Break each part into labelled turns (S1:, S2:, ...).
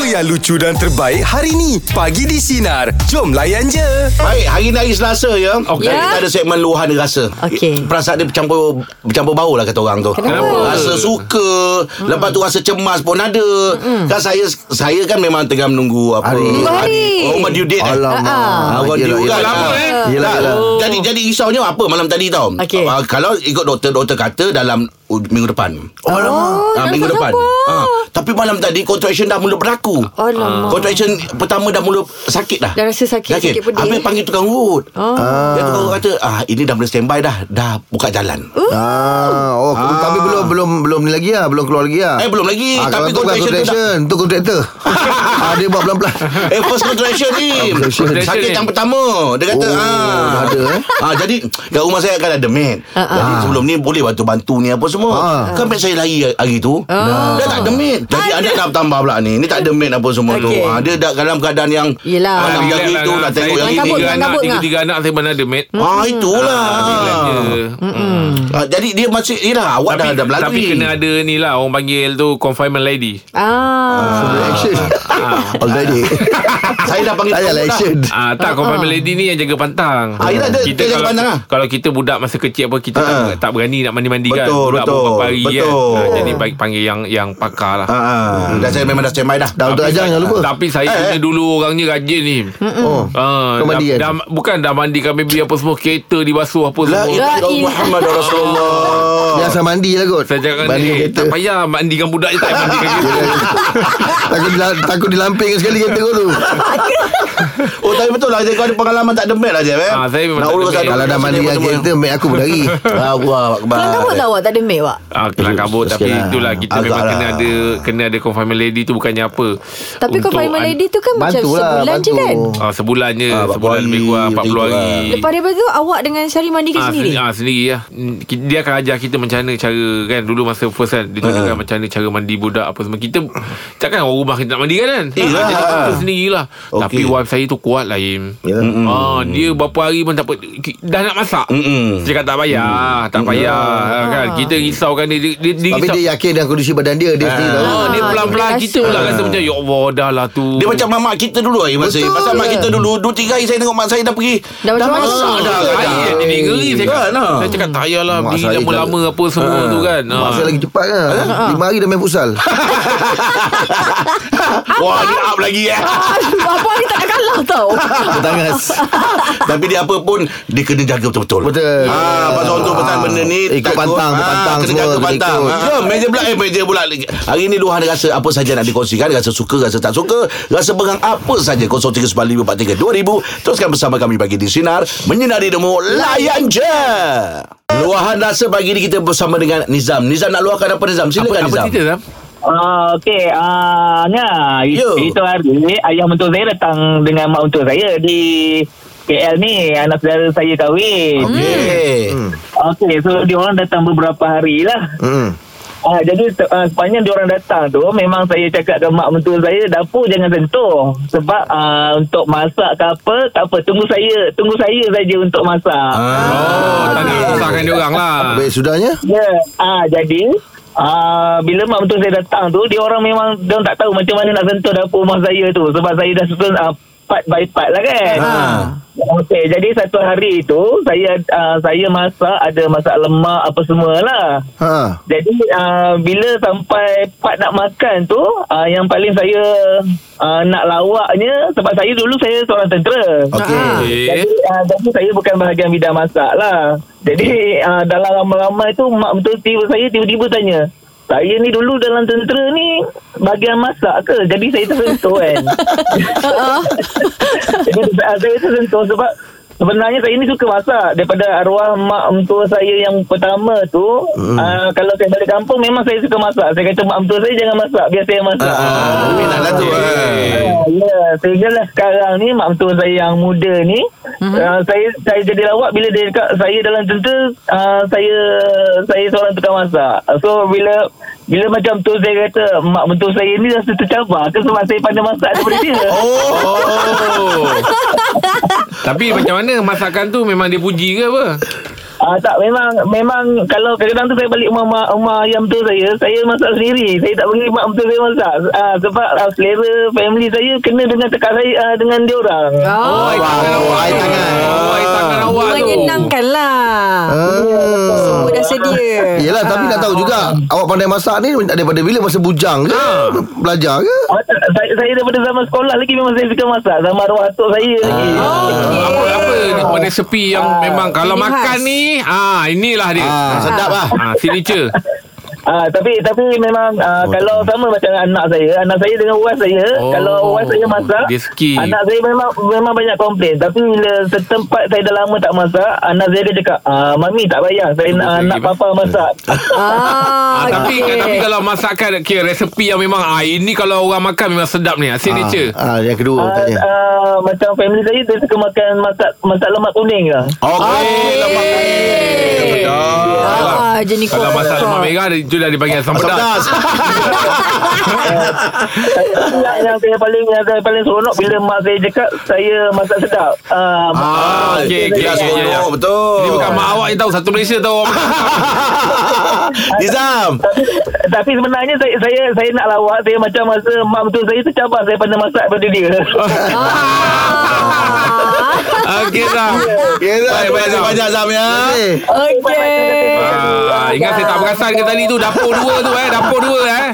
S1: yang lucu dan terbaik hari ni. Pagi di Sinar. Jom layan je.
S2: Baik, hari ni hari Selasa ya. Okay.
S3: Ya.
S2: Kita ada segmen luahan rasa.
S3: Okey.
S2: Perasaan dia bercampur bercampur bau lah kata orang tu.
S3: Kenapa?
S2: Rasa suka, mm.
S4: Hmm.
S2: lepas tu rasa cemas pun ada. Mm. Kan saya saya kan memang tengah menunggu apa.
S4: Hari.
S3: Menunggu hari.
S2: Oh, rumah due date. eh?
S4: Alamak.
S2: Ah, orang due kan.
S4: Yelah,
S2: Tak,
S4: eh. yelah.
S2: Jadi jadi risaunya apa malam tadi tau.
S3: Okey.
S2: Ah, kalau ikut doktor doktor kata dalam uh, minggu depan.
S4: Oh, alamak.
S2: Ah, minggu
S3: nampak
S2: depan.
S3: apa?
S2: Ah, tapi malam tadi contraction dah mula berlaku.
S3: Alamak.
S2: Contraction pertama dah mula sakit dah.
S3: Ah. Dah rasa sakit, sakit pedih.
S2: Habis panggil tukang urut.
S3: Oh.
S2: Dia tukang urut kata, ah ini dah boleh standby dah, dah buka jalan.
S3: Uh.
S4: Ah, oh, ah. tapi belum belum belum ni lagi ah, belum keluar lagi ah.
S2: Eh, belum lagi.
S4: Ah,
S2: Tapi
S4: tapi
S2: contraction
S4: contraction,
S2: tu
S4: contraction tu, kontraktor. ah, dia buat pelan-pelan.
S2: Eh first contraction ni
S4: Ah, Contraction.
S2: Sakit yang pertama Dia kata
S4: Oh, dah
S2: ah,
S4: ada, eh?
S2: ah, Jadi Kat rumah saya kan ada maid
S3: Ah,
S2: Jadi sebelum ni Boleh bantu-bantu ni apa semua
S4: Ah.
S2: Kan maid saya lari hari tu
S3: Ah.
S2: Dah tak ada maid Jadi anak dah bertambah pula ni Ni tak ada maid apa semua tu
S3: Okey.
S2: ah, Dia dah dalam keadaan yang
S3: Yelah.
S2: ah, Nak pergi hari
S4: lah,
S5: lah,
S2: tu Nak tengok yang
S3: Kabut,
S2: ini
S3: kabut,
S5: anak,
S3: kabut,
S5: tiga-tiga anak saya mana ada mate.
S2: Ah itulah
S5: Hmm.
S2: ah, Jadi dia masih Yelah awak
S5: Tapi,
S2: Ah. dah ada berlaku
S5: tapi kena ada ni lah Orang panggil tu Confinement lady
S3: Ah.
S4: Action. Already.
S2: Saya dah panggil
S4: Tak payahlah
S2: tukang urut
S4: action.
S5: Ah tak confinement lady ni yang jaga pantang.
S2: Ah, yelah, dia- dia jaga
S5: kalau,
S2: pantang lah.
S5: kalau kita budak masa kecil apa kita
S2: Ah.
S5: tak, tak berani nak mandi-mandi kan.
S2: Betul,
S5: budak
S2: betul,
S5: beberapa hari
S2: betul.
S5: kan. Ah, jadi baik panggil yang yang pakar lah.
S2: lah. ah, ah. Dah saya memang dah standby dah
S4: Hmm. Dah untuk ajang jangan lupa.
S5: Tapi saya
S2: Eh,
S5: punya
S2: eh. Hmm.
S5: dulu orangnya rajin ni.
S4: Oh.
S5: Ah,
S4: Kau
S5: dah,
S4: mandi kan?
S5: dah, bukan dah mandikan baby apa semua kereta dibasuh apa
S2: La
S5: semua.
S2: ilaha illallah Muhammad Rasulullah
S4: Dia asal mandi lah kot.
S5: Saya jangan
S4: Mandi
S5: ni
S4: kereta.
S5: "Eh, Tak payah mandikan budak je Tak payah mandikan kereta
S4: Takut, dila, takut dilampingkan sekali kereta kau tu.
S2: Oh tapi betul lah Jeb. Kau ada pengalaman tak demet lah Jeb eh?
S5: Ah, saya memang
S2: Nak
S5: tak
S2: urus
S5: ada
S2: satu-
S5: mat.
S4: Kalau dah
S2: satu-
S4: mandi
S2: satu-
S4: dengan
S2: satu-
S4: kereta, mek aku Ah, berlari.
S2: Allah Akbar
S3: Kelang kabut lah awak tak ada mek awak.
S5: Ah, kelang kabut Tapi
S4: sikit lah.
S5: itulah Kita
S2: Agak
S5: memang
S2: lah.
S5: kena ada Kena ada confinement lady tu Bukannya apa
S3: Tapi
S5: Untuk
S3: confinement
S5: an-
S3: lady tu kan macam
S4: Bantulah,
S3: sebulan je
S4: bantu.
S3: kan.
S5: ah, Sebulan je
S2: Ah,
S5: ah, Sebulan
S2: hari,
S5: lebih kurang 40
S2: macam
S5: hari
S2: itulah.
S3: Lepas daripada tu awak dengan Syari mandikan
S5: Ah,
S3: lah. sendiri.
S5: sendiri, ah, sendiri lah. Mm, ki- Dia akan ajar kita macam mana cara kan Dulu masa first kan
S2: Ah.
S5: Dia tunjukkan macam mana cara mandi budak apa semua Kita takkan orang rumah kita nak mandi kan
S2: Eh,
S5: Ah,
S2: lah.
S5: jadi kita sendirilah
S2: Okey.
S5: Tapi wife saya tu kuat lah Im
S2: Ya.
S5: ah, Dia berapa hari pun tak apa ki- Dah nak masak
S2: Mm-mm.
S5: Dia kata tak payah Tak payah Ah, kan Kita risaukan dia Dia, dia, dia
S4: Tapi
S5: risau
S4: dia yakin dengan kondisi badan dia. Dia sendiri tahu.
S5: Ah, dia
S3: Ah,
S5: pelan-pelan
S3: dia
S5: kita pula
S3: rasa.
S5: rasa macam ya Allah dah lah tu.
S2: dia macam mamak kita dulu eh, Masa
S4: Betul
S2: Pasal mak
S4: lah.
S2: kita dulu Dua tiga hari saya tengok mak saya dah pergi
S3: Dah macam mana?
S2: masak dah
S5: Ah,
S2: kadang.
S5: saya jadi ngeri saya
S2: Kan,
S5: cakap.
S2: ah.
S5: Saya cakap tak payahlah
S4: Mak
S5: beli
S4: saya
S5: lama-lama apa semua tu kan. Ah.
S4: Masa lagi cepat kan. Lima hari dah main futsal.
S2: Wah dia up lagi eh
S3: Abang ni tak nak kalah tau.
S4: Tangas.
S2: Tapi dia apa pun Dia kena jaga betul-betul
S4: Betul. Eh,
S2: Ah, pasal untuk pesan benda ni
S4: Ikut
S2: takut. Ah,
S4: pantang, ikut pantang
S2: kena
S4: semua,
S2: jaga
S4: kena
S2: pantang.
S4: ikut.
S2: Ha. meja pula eh meja pula. Hari ni luahan rasa apa saja nak dikongsikan, rasa suka, rasa tak suka, rasa bengang apa saja 0395432000. Teruskan bersama kami bagi di sinar menyinari demo layan je. Luahan rasa pagi ni kita bersama dengan Nizam. Nizam nak luahkan apa Nizam? Silakan
S5: apa
S2: Nizam.
S5: cerita Oh, Sam?
S6: Ah, okey. Ah, nah,
S2: Yo.
S6: itu, itu hari ayah mentua saya datang dengan mak mentua saya di KL ni. Anak saudara saya kahwin.
S2: Okey.
S6: Okey, so dia orang datang beberapa hari lah.
S4: Hmm.
S6: Ah, jadi se- ah, sepanjang dia orang datang tu memang saya cakap ke mak mentua saya dapur jangan sentuh sebab ah, untuk masak ke apa tak apa tunggu saya tunggu saya saja untuk masak.
S5: Oh, tak nak susahkan dia orang lah.
S4: Baik, sudahnya.
S6: Ya, ah jadi ah bila mak mentua saya datang tu dia orang memang dia orang tak tahu macam mana nak sentuh dapur rumah saya tu sebab saya dah susun ah, part by part lah kan.
S2: Ha.
S6: Okey, jadi satu hari tu saya ah, saya masak ada masak lemak apa semualah.
S4: Ha.
S6: Jadi uh, bila sampai part nak makan tu uh, yang paling saya uh, nak lawaknya sebab saya dulu saya seorang tentera.
S4: Okey.
S5: Eh,
S6: Jadi, uh, jadi saya bukan bahagian bidang masak lah. Jadi uh, dalam ramai-ramai tu mak betul tiba saya tiba-tiba tanya. Saya ni dulu dalam tentera ni bahagian masak ke? Jadi saya tersentuh kan. Jadi, uh, saya tersentuh sebab Sebenarnya saya ni suka masak Daripada arwah mak mentua saya yang pertama tu
S2: Hmm.
S6: uh, Kalau saya balik kampung memang saya suka masak Saya kata mak mentua saya jangan masak Biar saya masak
S4: Hmm.
S2: Ah, minatlah tu.
S5: eh.
S2: ah.
S6: Ah, Ya, sehinggalah sekarang ni mak mentua saya yang muda ni uh, saya saya jadi lawak bila dia cakap saya dalam tentera uh, saya saya seorang tukang masak. So bila bila macam tu saya kata mak mentua saya ni rasa tercabar ke sebab saya pandai masak daripada dia.
S5: Oh. Tapi macam mana masakan tu memang dia puji ke apa?
S6: Ah tak memang memang kalau kadang-kadang tu saya balik rumah mak, rumah ayam tu saya saya masak sendiri. Saya tak panggil mak mentua saya masak. Ah sebab ah, selera family saya kena dengan tekak saya ah, dengan dia orang.
S3: Oh,
S5: air tangan
S4: wow.
S5: awak
S4: Air
S5: tu.
S4: tangan.
S5: Oh, air tangan awak tu.
S3: Menyenangkan lah
S4: Ah.
S3: Semua dah sedia
S4: Yelah tapi
S3: Ah.
S4: nak tahu juga Awak pandai masak ni Daripada bila masa bujang ke Belajar ke
S6: Ah, tak, saya, saya daripada zaman sekolah lagi memang saya suka masak. Zaman arwah atuk saya lagi.
S5: Ah. Apa apa ni, resepi yang memang kalau
S3: Ciri Ah. khas.
S5: makan ni ah inilah dia.
S4: Ah, sedap lah.
S5: Ah signature.
S6: Ah tapi tapi memang ah, kalau sama macam anak saya, anak saya dengan uas saya,
S5: Oh,
S6: kalau uas saya masak,
S5: dia skip.
S6: anak saya memang memang banyak komplain. Tapi bila setempat saya dah lama tak masak, anak saya dia cakap, "Ah mami tak payah, saya nak,
S5: Betul,
S6: nak
S5: skip, eh?"
S6: papa masak."
S3: Ah,
S5: Ah, tapi
S3: okey.
S5: tapi kalau masakan kira resepi yang memang ah ini kalau orang makan memang sedap ni. ah, Signature.
S4: ah, ah, Yang kedua
S6: Ah,
S4: tanya
S6: ah, macam family saya dia suka makan masak masak lemak kuning lah.
S2: Oh. Okey, lemak
S3: Eh. Ah, jenis
S5: Kalau masak lemak merah dia- Itu dah dipanggil asam pedas
S6: yang, yang saya paling yang saya paling seronok bila mak saya cakap saya masak sedap. Ah,
S5: Ah, okey, okey,
S2: Jelas
S5: okey,
S2: seronok,
S5: okey.
S2: betul.
S5: Ini bukan mak awak yang tahu Satu Malaysia tahu orang makan.
S2: Nizam.
S6: tapi, tapi sebenarnya saya saya saya nak lawak saya macam masa mak betul saya tu cabar saya pandai masak pada dia.
S3: Ah.
S5: Okey Zam
S2: Baik, baik, Zam. banyak Zam ya.
S4: Eh,
S3: Okey.
S5: ah, Ingat saya tak perasan ke tadi tu Dapur dua tu eh Dapur dua eh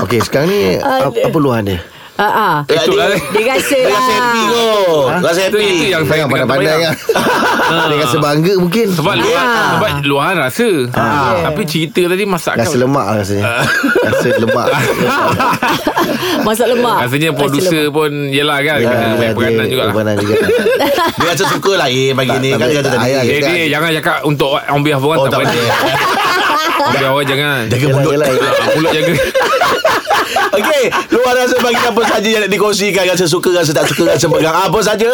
S4: Okey sekarang ni
S3: Ah,
S4: Apa luahan dia
S3: Ah, ah.
S2: Eh,
S5: Betul lah
S2: dia-
S5: eh.
S3: Dia rasa
S2: Dia
S3: lah.
S2: rasa happy kot. Rasa
S5: Itu
S2: happy.
S5: itu yang
S4: Yang
S5: saya
S4: Ah. pandai-pandai
S5: terbayang.
S4: kan Dia rasa bangga mungkin
S5: Sebab luar
S3: Ah.
S5: Sebab luar rasa Ya. ah. Tapi cerita tadi masakan
S4: Rasa lemak lah rasanya Rasa lemak
S3: Masak lemak.
S5: Rasanya producer pun Yelah kan
S4: Ya,
S5: Kena main
S4: dia-
S5: peranan juga lah
S4: Peranan juga
S2: Dia rasa suka lah eh pagi
S4: Tak,
S2: ni.
S4: tak
S2: Kan dia kata
S4: boleh.
S2: tadi.
S4: Ayah,
S5: Eh,
S4: Kita-
S5: dia jangan cakap untuk on behalf orang
S2: Oh,
S5: tak
S2: tak
S5: boleh.
S2: boleh.
S5: On behalf orang jangan.
S2: Jaga
S4: Yelah,
S2: mulut.
S4: yelah, yelah.
S5: Ah, Mulut jaga.
S2: Okey, luar rasa bagi apa saja yang nak dikongsikan rasa suka, rasa tak suka, rasa pegang apa saja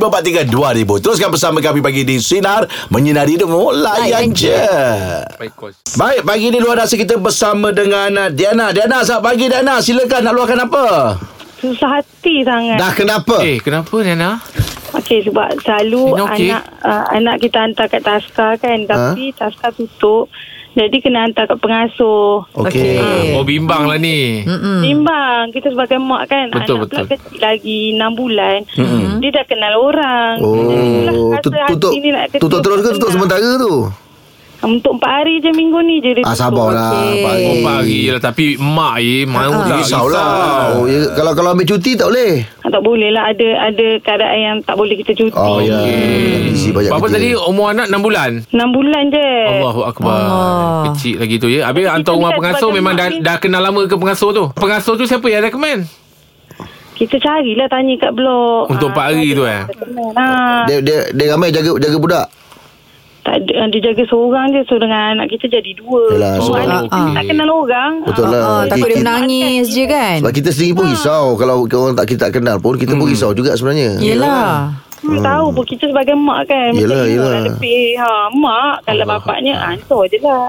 S2: 0395432000. Teruskan bersama kami pagi di sinar menyinari hidupmu layan je.
S5: Baik, coach.
S2: Baik, pagi ni luar rasa kita bersama dengan uh, Diana. Diana, selamat pagi Diana. Silakan nak luahkan apa?
S7: Susah hati sangat.
S4: Dah kenapa
S5: Eh, kenapa Nana?
S7: Okey sebab
S4: Eh,
S7: selalu
S5: Sina okey?
S7: okay. anak uh, anak kita hantar kat taska kan tapi ha? taska tutup. Jadi kena hantar kat pengasuh.
S3: Eh.
S4: Okey
S5: Oh, bimbang lah ni.
S3: Mm.
S7: Hmm. Bimbang kita sebagai mak kan
S5: Betul,
S7: anak pula
S5: betul.
S7: kecil lagi 6 bulan. Hmm. Dia dah kenal orang.
S4: Oh
S7: Rasa
S4: tu-
S7: hati
S4: Tutup
S7: ni nak ketuk
S4: Tutup terus ke tutup
S7: tenang.
S4: sementara tu
S7: Untuk 4 hari je minggu ni je dia
S4: Ah sabarlah
S3: Okey.
S4: Pak Ari.
S5: Oh, pagi je lah. Tapi mak ye, mau
S3: Ah.
S5: tak
S2: risaulah.
S5: risau.
S4: Oh, ya, kalau kalau ambil cuti tak boleh.
S7: Ah, Tak boleh lah ada ada keadaan yang tak boleh kita cuti.
S4: Oh ya.
S5: Okey.
S4: Busy banyak
S5: Berapa
S4: kerja.
S5: tadi umur anak 6 bulan?
S7: 6 bulan je.
S5: Allahu akbar.
S3: Allah.
S5: Kecil lagi tu ya. Habis hantar rumah
S7: Eh. kita
S5: pengasuh
S7: sebagai
S5: memang
S7: mak
S5: dah,
S7: ni-
S5: dah kenal lama ke pengasuh tu? Pengasuh tu siapa yang recommend?
S7: Kita carilah tanya kat blok.
S5: Untuk
S7: Ah,
S5: empat hari
S7: tak
S5: tu,
S7: ada-
S5: eh?
S7: tak kenal lah.
S4: Dia dia dia ramai jaga jaga budak.
S7: Tak ada, dia jaga seorang je So dengan anak kita jadi dua
S4: Yalah,
S7: So
S4: sebab-
S7: anak kita
S5: Ah, ah.
S7: tak kenal orang
S4: Betul
S7: Ah,
S4: lah.
S3: Ah, takut dia
S4: Kita-
S3: menangis je kan.
S4: Sebab kita sendiri pun risau kalau orang tak kita tak kenal pun kita
S5: Hmm.
S4: pun risau juga sebenarnya.
S3: Ya. Yelah.
S7: hmm. Tahu pun kita sebagai mak kan macam
S4: Yelah,
S7: tengok
S4: yelah.
S7: lah Lebih ha, Mak kalau bapaknya Hantar je lah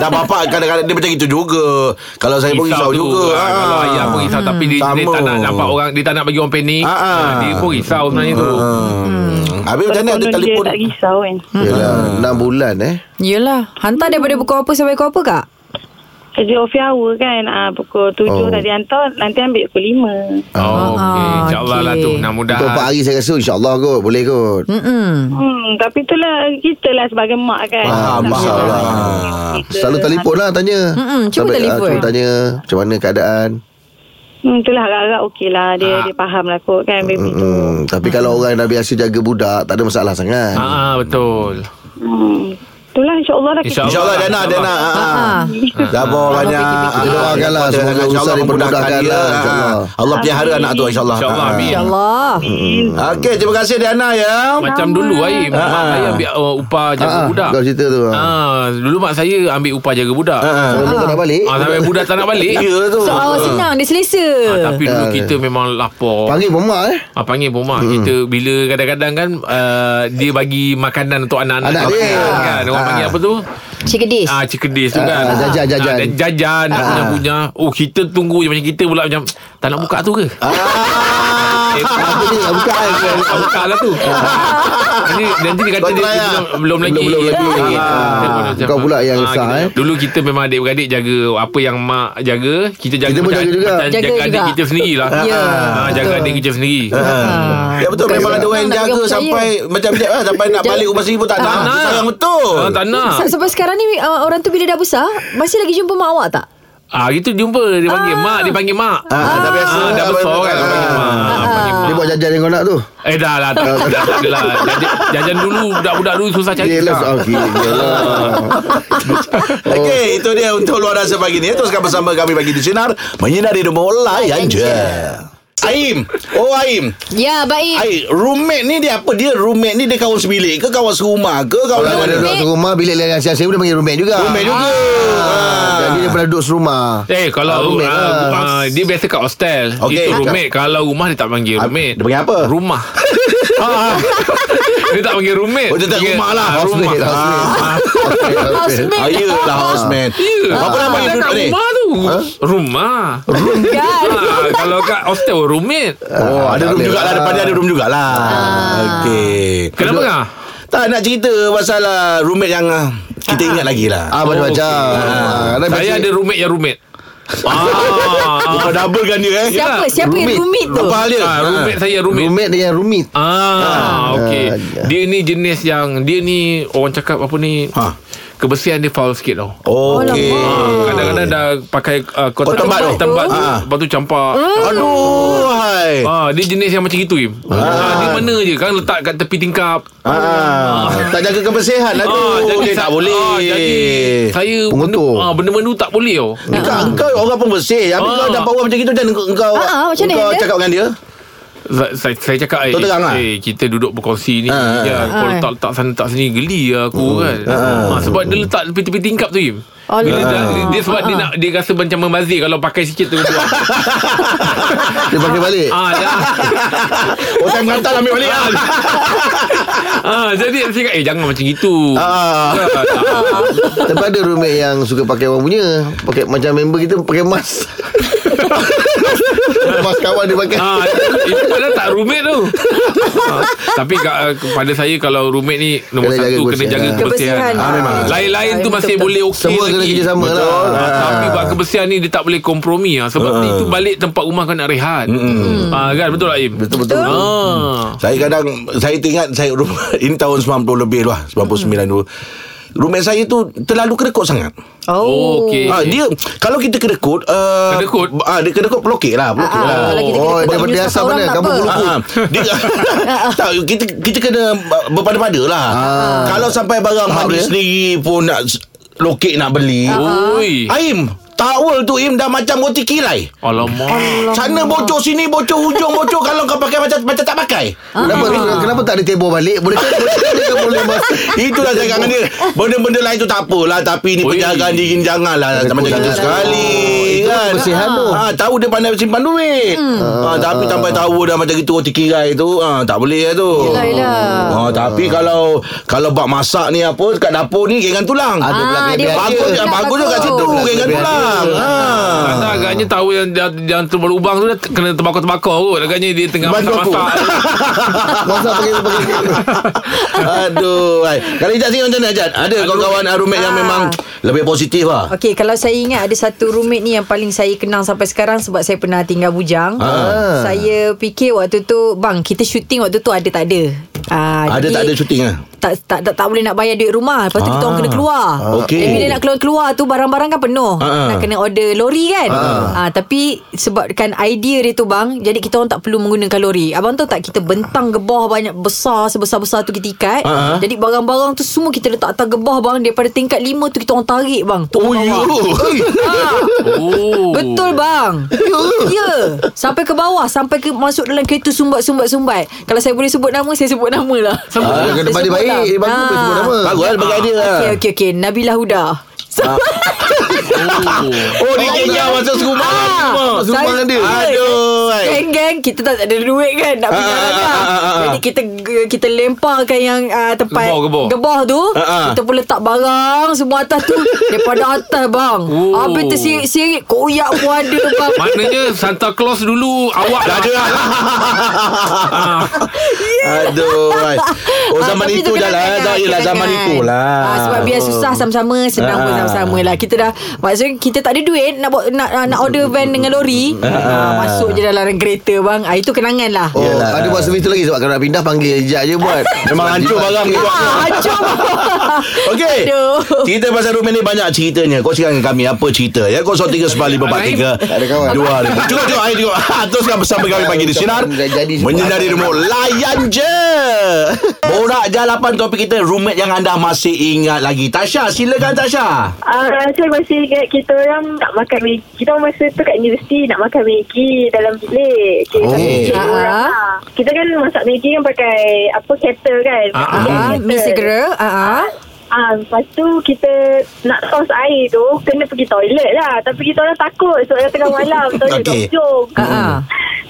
S2: Dan bapak kadang-kadang dia macam itu juga. Kalau saya pun risau
S5: tu.
S2: juga.
S5: Ah, Kalau
S2: Ah.
S5: ayah pun risau Tapi dia, dia
S2: Sama.
S5: tak nak nampak orang Dia tak nak bagi orang panik
S2: Ah, ah.
S5: Ah, Dia pun risau sebenarnya tu
S2: Hmm. Habis macam mana ada
S7: Konon dia
S2: telefon?
S7: tak risau kan
S5: Ah.
S4: Yelah, 6 Ya lah, bulan eh.
S3: Yelah. Hantar daripada pukul apa sampai pukul apa kak?
S7: Kerja off hour kan ah, Pukul
S4: Oh.
S7: tujuh oh. tadi hantar Nanti ambil pukul lima
S5: Oh, okay.
S3: Ah,
S5: InsyaAllah lah
S3: okey.
S5: tu Mudah-mudahan
S4: Untuk 4 hari saya rasa insya-Allah kot, boleh kot.
S3: Mm-mm.
S7: Hmm, tapi itulah kita lah sebagai mak kan.
S2: Faham,
S7: Tak
S2: faham
S7: boleh
S2: lah.
S7: kita-
S4: Ah, Selalu telefon lah tanya.
S3: Mm-mm, Hmm, cuba
S4: Sampai- ah,
S3: telefon.
S4: Cuba tanya macam mana keadaan.
S7: Hmm, itulah agak-agak okey lah. Dia,
S5: Ah.
S7: dia faham lah kot kan baby tu.
S4: Hmm, tapi kalau orang dah biasa jaga budak tak ada masalah sangat.
S5: Ah, ah, betul
S7: Hmm. Itulah insyaAllah lah kita.
S5: InsyaAllah.
S2: InsyaAllah Diana, Diana. ah, ah.
S3: Ah.
S2: Sabar banyak
S4: fikir-fikir. Doakanlah,
S2: Kita doakan,
S4: semoga urusan
S2: Allah
S4: dipermudahkan
S2: memudahkan
S4: lah,
S2: dia. ah.
S4: insyaAllah.
S2: Allah pelihara anak tu InsyaAllah
S5: InsyaAllah
S2: Ah.
S5: Amin
S3: InsyaAllah.
S7: Hmm.
S2: Okey terima kasih Diana ya
S5: Macam dulu Aim
S2: Ah,
S4: Ha,
S5: Mak
S2: ah.
S5: saya ambil uh, upah jaga
S4: Ah, ah,
S5: budak
S4: kau cerita tu, ah.
S5: ah, Dulu mak saya ambil upah jaga budak
S4: Ha,
S2: Ah, ah.
S4: Kalau tak nak balik.
S5: ah, Sampai budak tak nak balik
S2: Ya tu
S3: So awak senang dia selesa.
S5: ah, Tapi dulu
S4: Ah.
S5: kita memang lapar
S4: Panggil pemak eh.
S5: Ah, panggil rumah hmm. kita bila kadang-kadang kan uh, dia bagi makanan untuk anak-anak
S4: Anak
S5: Orang
S4: dia.
S5: panggil kan orang
S4: Ah.
S5: panggil apa tu
S3: Cikedis.
S5: ah cikedis tu
S4: Ah,
S5: kan
S4: ah, jajan, jajan. Ha,
S5: ah, jajan nak punya-punya oh kita tunggu je macam kita pula macam tak nak buka tu ke
S4: Ah. Apa ni? Bukan kan?
S5: Ah, Buka lah tu Nanti, nanti dia kata
S4: Kau
S5: dia,
S4: try
S5: dia
S4: lah.
S5: belum, belum lagi
S4: Belum- belum lagi. Ah,
S5: Ah, macam mana, macam
S4: kau
S5: mana.
S4: pula yang
S5: Ah,
S4: resah,
S5: kita-
S4: eh.
S5: Dulu kita memang adik-beradik jaga Apa yang mak jaga Kita jaga
S4: Kita pun jaga juga.
S5: macam
S3: Jaga
S5: jaga adik
S3: juga.
S5: kita sendiri lah
S3: Ya,
S5: Ah, Jaga
S3: betul.
S5: adik kita sendiri
S3: Ah,
S2: Ya betul
S3: bukan
S2: memang ada
S3: senang
S2: orang yang
S3: nak
S2: jaga
S3: percaya.
S2: sampai macam dia lah, sampai nak
S3: Jaga-
S2: balik rumah sendiri pun tak nak.
S5: nak.
S2: Sayang betul.
S5: Ah, Tak nak
S3: Sa- Sampai sekarang ni uh, Orang tu bila dah besar Masih lagi jumpa mak awak tak?
S5: Ah, gitu jumpa Dia panggil mak Dia panggil mak
S4: Ah, dah biasa.
S5: Ah, Dah
S4: Dah biasa.
S5: besar kan Dia panggil mak Panggil mak.
S4: Dia buat jajan yang kau nak tu
S5: Eh dah lah dah, dah, dah, dah, lah. Jajan, jajan dulu Budak-budak dulu susah cari
S4: Dia lah
S5: sekarang.
S4: Okay dia lah
S2: Okey, itu dia untuk luar rasa pagi ni. Teruskan bersama kami pagi di Sinar. Menyinari demo layan je. Aim Oh Aim
S3: Ya baik
S2: Aim Roommate ni dia apa Dia roommate ni Dia kawan sebilik ke Kawan serumah ke Kawan
S4: Kalau ada
S2: mana
S4: duduk
S3: Roommate.
S4: serumah Bilik lain Asia Saya pun dia panggil roommate juga
S2: Roommate Kan? juga
S4: Ah,
S2: Ha.
S4: Jadi dia pernah duduk serumah
S5: Eh kalau
S4: Ah,
S5: uh,
S4: roommate lah.
S5: uh, dia biasa kat hostel
S2: Okey.
S5: okay. Itu roommate Kalau rumah dia tak panggil
S2: Ah,
S5: roommate
S2: dia panggil apa?
S5: Rumah Ah, ah. Dia tak panggil roommate
S2: Oh, dia tak rumah lah.
S5: ah, Rumah
S4: Housemate Housemate Housemate
S2: Ah,
S3: Housemate
S2: Yelah housemate
S5: Ya
S2: Ah. Apa nama dia
S5: Dia kat
S2: duduk ni
S5: rumah tu Rumah
S3: kan
S5: Ah, Kalau kat hostel roommate
S2: Oh ada room
S4: Ah, boleh
S2: jugalah
S4: lah.
S2: Depan dia ada room jugalah Okey
S5: Kenapa kah?
S2: Tak nak cerita pasal ah, roommate yang ah, kita ingat lagi lah.
S4: Ah, macam-macam
S2: Ah,
S4: Kadang
S5: Saya
S4: biasa-
S5: ada roommate yang roommate Ah,
S2: Bukan double kan dia eh?
S3: Siapa
S5: Yelah,
S3: siapa yang
S4: roommate.
S3: roommate tu?
S2: Apa hal dia?
S5: ah, Roommate saya roommate
S4: Roommate dengan roommate
S5: Ah, okey.
S2: ya,
S4: Ah,
S5: Dia ni jenis yang dia ni orang cakap apa ni?
S2: Ha.
S5: Kebersihan dia foul sikit tau.
S2: Okey.
S5: Ah, Kadang-kadang dah pakai uh, kotak
S2: Hmm. Kotak tu.
S5: tempat tu.
S2: Ah.
S5: Lepas tu campak.
S2: Aduh, hai.
S5: Ah, dia jenis yang macam itu Im. Ah. Dia mana je kan letak kat tepi tingkap.
S2: Ah, tak jaga kebersihan lah tu. Dia tak boleh.
S5: Ah, jadi
S2: Eh,
S5: saya
S4: Pengotor.
S5: benda, ah, benda-benda tu tak boleh oh. tau.
S2: Engkau, engkau orang pembersih Habis
S5: Ah.
S2: kau dapat orang macam gitu Macam mana engkau
S3: Ah, ah, macam mana
S2: Engkau
S3: dia?
S2: cakap dengan dia
S5: Sa- Saya, saya cakap eh,
S2: Kau terang lah.
S5: eh, Kita duduk berkongsi ni
S2: Ah. Hmm.
S5: ya, Kau
S3: Ah.
S5: letak-letak sana letak sini Geli lah aku kan ha, Sebab dia letak tepi-tepi tingkap tu Im
S3: Oh,
S5: Bila
S3: lah.
S5: dia, dia sebab dia nak dia rasa macam membazir kalau pakai sikit tu buang.
S4: Dia pakai balik
S5: ah, dah.
S2: Orang time hantar ambil balik Oh, lah
S5: ah, jadi saya cakap eh jangan macam gitu. Ya,
S2: Ah.
S4: Tapi ada roommate yang suka pakai orang punya pakai Macam member kita pakai mask Mask kawan dia pakai
S5: Ah, itu padahal tak roommate tu. ah, tapi ka- kepada saya kalau roommate ni nombor
S4: Kena
S5: kena
S4: jaga
S5: satu kena
S4: kebersihan.
S5: jaga kebersihan.
S3: Kebersihan.
S5: Ah, memang.
S3: Ah,
S5: Lain-lain tu
S3: betul,
S5: masih
S3: betul.
S5: boleh okey
S4: Semua
S5: lagi.
S4: kena kerjasama
S5: Betul.
S4: lah.
S5: Ah, tapi buat kebersihan ni dia tak boleh kompromi ah sebab uh. itu balik tempat rumah kau nak rehat. Mm. Ah, kan betul tak Im?
S4: Betul betul.
S5: Ah.
S2: Saya kadang Saya teringat saya rumah, Ini tahun 90 lebih lah 99 dulu Rumah saya tu Terlalu kedekut sangat
S5: Oh, okey.
S2: Ah, dia kalau kita kedekut uh,
S5: Kedekut?
S2: ah, dia kedekut pelokek lah pelokek
S3: Ah,
S2: lah
S3: kalau kita
S4: Oh,
S3: kena
S4: dia
S3: menyusahkan
S4: berdiasat
S3: orang
S4: mana?
S3: tak
S4: Kamu
S3: apa.
S4: dulu.
S2: Ah, dia, tak, kita kita kena berpada-pada lah kalau sampai barang mak dia sendiri pun nak s- lokek nak beli
S5: Ah.
S2: Oh.
S5: Oi.
S2: Aim towel tu Im dah macam roti kirai
S3: Ah.
S5: Alamak.
S2: sana bocor sini bocor hujung bocor kalau kau pakai macam macam tak pakai
S4: Kenapa
S2: Ah.
S4: kenapa tak ada table balik? Boleh kan boleh boleh mask.
S2: Itulah saya cakap dengan dia Benda-benda lain tu tak apalah Tapi ni
S5: Oi.
S2: penjagaan diri ni Janganlah
S4: Betul,
S2: Macam kita
S4: betul.
S2: sekali
S4: Oh, Itu
S2: kan?
S4: kebersihan tu. Ah.
S2: ha, Tahu dia pandai simpan duit ha, Tapi sampai tahu dah macam gitu Roti kirai tu ha, Tak boleh lah tu
S3: Yelah, yelah.
S2: ha,
S4: Ah.
S2: Tapi kalau Kalau bak masak ni apa Kat dapur ni Gengan tulang
S3: Ah,
S4: Ada pula
S3: dia
S4: kelebihan
S2: Bagus
S3: Bagus.
S2: je Bagus je kat situ
S3: Bagus.
S4: kan
S2: Gengan tulang ha.
S5: Anda Kan agaknya tahu yang yang, yang terlubang tu dah kena terbakar-terbakar kot. Agaknya dia tengah
S2: Bantu aku.
S5: masak-masak.
S4: Masak pakai pakai.
S2: Aduh hai. Kalau Ijat sini macam mana Ijat Ada kawan-kawan ah, roommate yang
S3: Ah.
S2: memang Lebih positif lah
S3: Okey, kalau saya ingat ada satu roommate ni yang paling saya kenang sampai sekarang sebab saya pernah tinggal bujang.
S4: Ah.
S3: Saya fikir waktu tu, bang, kita syuting waktu tu ada tak ada? Ah,
S2: Ada
S3: jadi
S2: tak ada syuting lah
S3: Tak, tak, tak, tak boleh nak bayar duit rumah Lepas tu
S2: Ah.
S3: kita orang kena keluar
S2: Okey.
S3: Dan bila nak keluar-keluar tu Barang-barang kan penuh
S2: Ah.
S3: Nak kena order lori kan ah. Tapi Sebabkan idea dia tu bang Jadi kita orang tak perlu menggunakan lori Abang tahu tak Kita bentang gebah banyak besar Sebesar-besar tu kita ikat
S2: Ah.
S3: Jadi barang-barang tu semua Kita letak atas gebah bang Daripada tingkat 5 tu kita orang tarik bang tu
S2: Oh,
S3: orang bawah.
S2: you.
S5: Oh.
S3: Betul bang Ya Sampai ke bawah Sampai ke masuk dalam kereta Sumbat-sumbat-sumbat Kalau saya boleh sebut nama Saya sebut nama lah Saya
S4: Ah, kena balik
S3: sebut
S4: baik.
S3: lah.
S4: Dia bagus boleh sebut nama.
S2: Bagus lah bagi idea lah
S3: Ah, Okey okey okey Nabila Huda.
S5: Oh.
S2: Oh dia kenyang masuk serumah
S3: Ah,
S2: semua. Ah,
S4: Masuk rumah dengan dia.
S3: saya-
S2: Aduh hai.
S3: Geng-geng kan kita tak ada duit kan nak pergi
S2: Ah, ah,
S3: Arabia.
S2: ah, ah, ah.
S3: Jadi kita kita lemparkan yang ah, tempat
S5: Gebor, gebor.
S3: tu.
S2: Ah, ah.
S3: Kita pun letak barang semua atas tu daripada atas bang.
S5: Oh.
S3: Habis tersirik-sirik koyak pun ada bang.
S5: Maknanya Santa Claus dulu Awak
S2: Dah ada
S5: Ah.
S2: Aduh right. Oh
S3: Ah,
S2: zaman
S3: tapi
S2: itu
S3: tu
S2: dah lah
S3: kenangan,
S2: Tak yelah zaman
S3: kenangan.
S2: itu lah
S3: Ah, sebab biar susah sama-sama, senang pun
S2: Ah.
S3: sama-sama lah. Kita dah maksudnya kita tak ada duit nak buat nak nak order van dengan lori. Ah, masuk je dalam kereta bang. Ah itu kenangan lah.
S4: Oh, Yelah. ada buat servis tu lagi sebab kalau nak pindah panggil ejak je buat.
S2: Memang Ah, hancur barang ni buat.
S3: Ah, hancur.
S2: Okey.
S3: Aduh.
S2: Cerita pasal rumah ni banyak ceritanya. Kau cakap dengan kami apa cerita? Ya 039543.
S4: Tak ada kawan.
S2: Dua ribu. Cukup cukup ayo cukup. Ha, teruskan bersama kami pagi di sinar.
S4: Dah jadi semua.
S2: Menyinari rumah layan je. Borak jalapan topik kita roommate yang anda masih ingat lagi. Tasha, silakan Tasha.
S7: Uh, saya masih ingat kita orang nak makan Maggi. Kita orang masa tu kat universiti nak makan Maggi dalam bilik. Kita,
S2: Oh.
S7: kita, orang,
S3: Ah.
S7: ah. kita kan masak Maggi kan pakai apa kettle kan.
S5: Ah, ah.
S7: Pakai
S3: Ah,
S2: Hmm.
S7: kettle.
S3: mi segera. Ah, ah.
S7: Ah, lepas tu kita nak tos air tu kena pergi toilet lah. Tapi kita orang takut sebab dah tengah malam toilet
S2: Okey.
S7: okay. jom.
S3: Ah,
S2: Hmm.
S3: ah.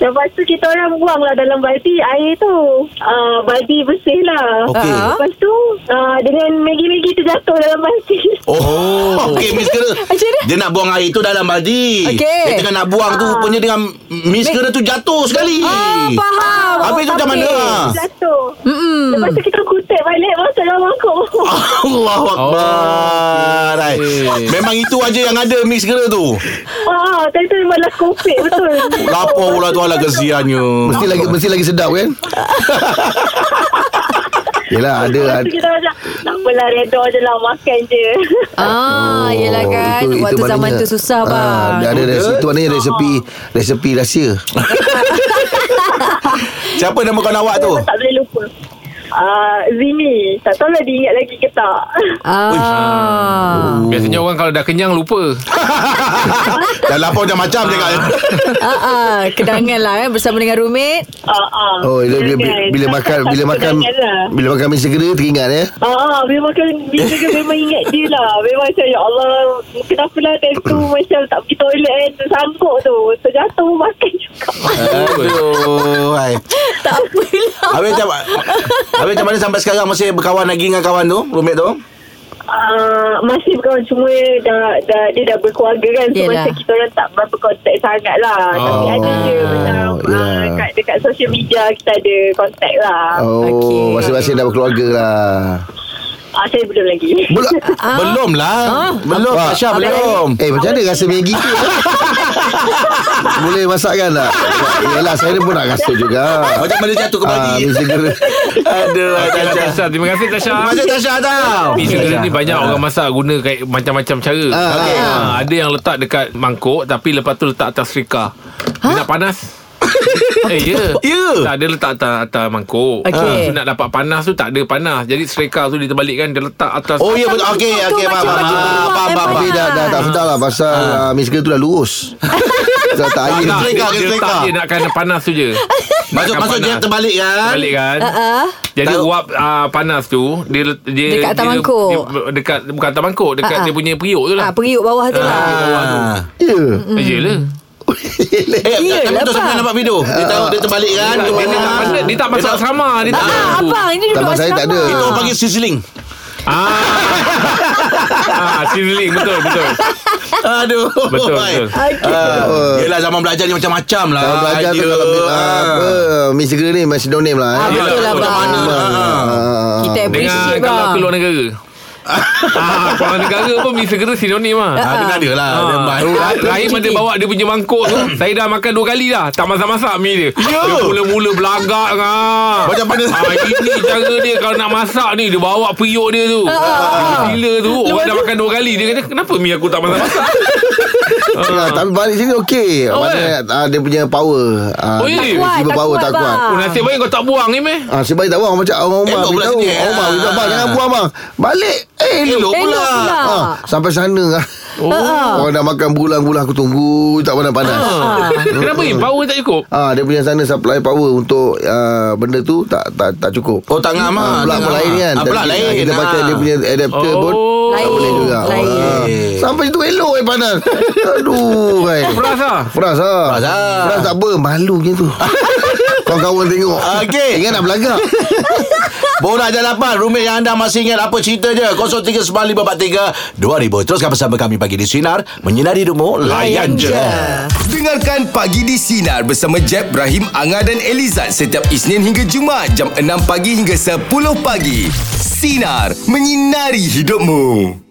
S7: Lepas tu kita orang buang lah dalam baldi air tu. Uh, baldi bersih lah.
S2: Okey.
S3: Ah, ah.
S7: Lepas tu uh, dengan Maggi-Maggi tu jatuh dalam baldi.
S2: Oh, okey Miss Kera.
S3: Macam mana?
S2: Dia nak buang air tu dalam baldi.
S3: Okey.
S2: Dia tengah nak buang tu rupanya dengan Miss Kera tu jatuh sekali.
S3: Ah, faham.
S2: Habis tu macam mana?
S4: Ha.
S7: Jatuh.
S3: Hmm.
S7: Lepas tu kita kutip balik masuk dalam mangkuk.
S2: Allahu Akbar. Oh,
S5: okey.
S2: Memang itu aja yang ada mix kera tu.
S7: Ah, tadi tu memang lah kopek betul.
S2: Lapor pula tu ala kesiannya.
S4: Mesti lagi mesti lagi sedap kan? Yelah ada
S7: Lepas
S4: ada
S7: tu kita macam tak apalah redha je lah makan je.
S2: Oh,
S3: Ah, yelah kan. Waktu zaman
S4: Oh, maknanya-
S3: tu susah bang.
S4: Ah, ada resipi tu maknanya resepi resepi rahsia.
S2: Siapa nama kawan awak tu?
S7: tak boleh lupa. Ah, Zimi. Tak tahu lah dia ingat lagi ke tak.
S3: Ah.
S5: Biasanya orang kalau dah kenyang Lupa
S2: Dah lapor macam-macam cakap.
S3: Ah, ah. Kedangan lah eh, bersama dengan roommate.
S7: Ah, ah.
S4: Oh, bila, bila, bila, bila makan bila makan bila makan mie segera teringat ya.
S7: lah. Ah, ah, bila makan bila ke memang ingat dia lah. Memang macam ya Allah, kenapa lah time tu macam tak pergi toilet kan tersangkut tu. Terjatuh pun makan juga.
S2: Aduh. hai.
S3: Tak apalah.
S2: Habis macam Habis macam mana sampai sekarang masih berkawan lagi dengan kawan tu, roommate tu?
S7: Ah, masih berkawan cuma dah, dah, dia dah berkeluarga kan. So
S3: Yelah.
S7: macam kita orang tak berapa kontak sangat lah. Oh, Tapi ada je macam
S4: yelah.
S7: yeah. kat, dekat social media kita ada kontak lah. Oh.
S4: Oh,
S3: Ah, Okey.
S4: masing-masing dah berkeluarga lah.
S7: Ah, saya belum lagi.
S4: Belum.
S3: Ah.
S2: Belum lah. Belum,
S4: Apa?
S2: Tasha, belum.
S4: Eh, macam mana rasa Maggi tu? Boleh masakkan tak? Yelah, saya pun nak rasa juga.
S2: Macam mana jatuh ke
S4: Ah,
S2: baldi?
S4: mie segera.
S2: Aduh, Tasha.
S5: Tasha Terima kasih Tasha
S2: Terima kasih Tasha tau.
S5: Ni segala ni banyak orang masak guna kayak macam-macam cara.
S4: Ah,
S5: Okey.
S4: ah,
S5: Ha, ada yang letak dekat mangkuk tapi lepas tu letak atas reka. Dia nak panas. eh ya yeah.
S2: Ya.
S5: Tak ada letak atas, atas mangkuk
S3: Okey.
S5: so, Nak dapat panas tu Tak ada panas Jadi sereka tu diterbalikkan Dia letak atas
S2: Oh, ya betul. Okey,
S3: Macam
S2: okey, faham.
S3: macam
S2: faham.
S3: baju
S2: Ah,
S3: keluar,
S2: Faham, faham,
S3: eh,
S4: Tapi
S2: faham.
S4: dah, dah tak sedap lah pasal ah, mie segera tu dah lurus. Dah tak
S5: Tak,
S4: air.
S5: tak,
S2: Sereka,
S5: dia,
S2: sereka.
S5: letak dia nak kena panas tu je
S2: Masuk, masuk
S5: Nak panas.
S2: dia terbalik kan?
S5: Terbalik kan
S3: Ah.
S5: Jadi
S2: Tahu-
S5: uap uh, panas tu dia dia
S3: Dekat atas
S5: dia-
S3: mangkuk.
S5: dia- Dekat bukan atas mangkuk, dekat
S3: Ah, ah.
S5: dia punya periuk tu
S3: Ah, Hmm.
S5: lah.
S3: periuk bawah tu lah.
S2: Ah.
S4: Ya.
S5: Ah, Yelah.
S2: Eh,
S3: Yelah,
S2: tapi tu
S3: Abang.
S2: sebenarnya nampak video. Dia tahu dia terbalik kan.
S5: Dia, dia, tak pandai, dia tak masuk asrama, dia tak.
S3: Ah,
S5: tahu.
S3: abang ini duduk
S4: Tambah saya tak ada.
S2: Kita orang panggil sizzling.
S5: Ah. ah, sizzling betul betul.
S2: Aduh.
S5: Betul, betul.
S3: Okey.
S2: Ah, yelah zaman belajar ni macam-macam lah.
S4: Kalau belajar tu
S2: idea.
S4: kalau ah, apa mie segera ni masih no name lah.
S3: Ah,
S4: eh.
S3: betul
S5: Yelah,
S3: lah
S5: betul.
S3: bang.
S4: Ah.
S3: Kita
S5: Dengan
S3: appreciate
S5: kalau
S3: bang.
S5: aku luar negara. ah, keluar negara pun mie segera sinonim lah.
S2: Ah, kena ada lah.
S5: Ah,
S2: Rembat.
S5: Rahim ada bawa dia punya mangkuk tu Saya dah makan dua kali dah Tak masak-masak mi dia
S2: Ya.
S5: Dia mula-mula belagak kan
S2: Macam mana?
S5: ah, Ini cara dia kalau nak masak ni Dia bawa periuk dia tu ah. Gila tu Orang dah makan dua kali Dia kata kenapa mi aku tak masak-masak
S4: Ah, tapi balik sini okey.
S5: Oh,
S4: Mana ah, dia punya power. Ah,
S5: Oh,
S4: dia
S5: eh.
S3: eh.
S4: punya
S3: Tak
S4: power
S3: kuat,
S4: tak
S3: tak
S4: kuat.
S3: kuat,
S5: Oh, Nasib baik kau tak buang ni meh
S4: Ah, sebab tak buang macam orang Omar
S2: Elok pula
S4: beritahu.
S2: sini, eh.
S4: Omar beritahu abang jangan buang abang. Balik. Eh,
S2: Elok
S3: Elok
S2: pula.
S3: pula. Ha.
S4: Ah, sampai sana lah. Oh. Orang dah makan bulan-bulan aku tunggu tak panas-panas.
S5: ah. Kenapa ni power tak cukup
S4: Ah, dia punya sana supply power untuk ah, benda tu tak tak tak cukup.
S2: Oh, tak ngam ah.
S4: Ah, pula
S2: tak
S4: pula
S2: ngam.
S4: lain kan.
S2: Ah, pula
S4: Tapi
S2: lain.
S4: Kita
S2: ah.
S4: pakai dia punya adapter pun.
S5: Oh
S4: Tak boleh juga.
S3: Lain.
S4: Ah, Sampai tu elok eh panas Aduh eh.
S2: Oh,
S5: Peras lah
S4: Peras lah
S2: Peras lah.
S4: Peras tak apa Malu je tu Kawan-kawan tengok
S2: Ah, Okey.
S4: Ingat nak belagak
S2: Borak Jalapan Rumit yang anda masih ingat Apa cerita je 0395432000 Teruskan bersama kami Pagi di Sinar Menyinari Demo Layan je
S1: Dengarkan Pagi di Sinar bersama Jeb, Ibrahim, Anga dan Elizad setiap Isnin hingga Jumaat jam 6 pagi hingga 10 pagi. Sinar. Menyinari hidupmu.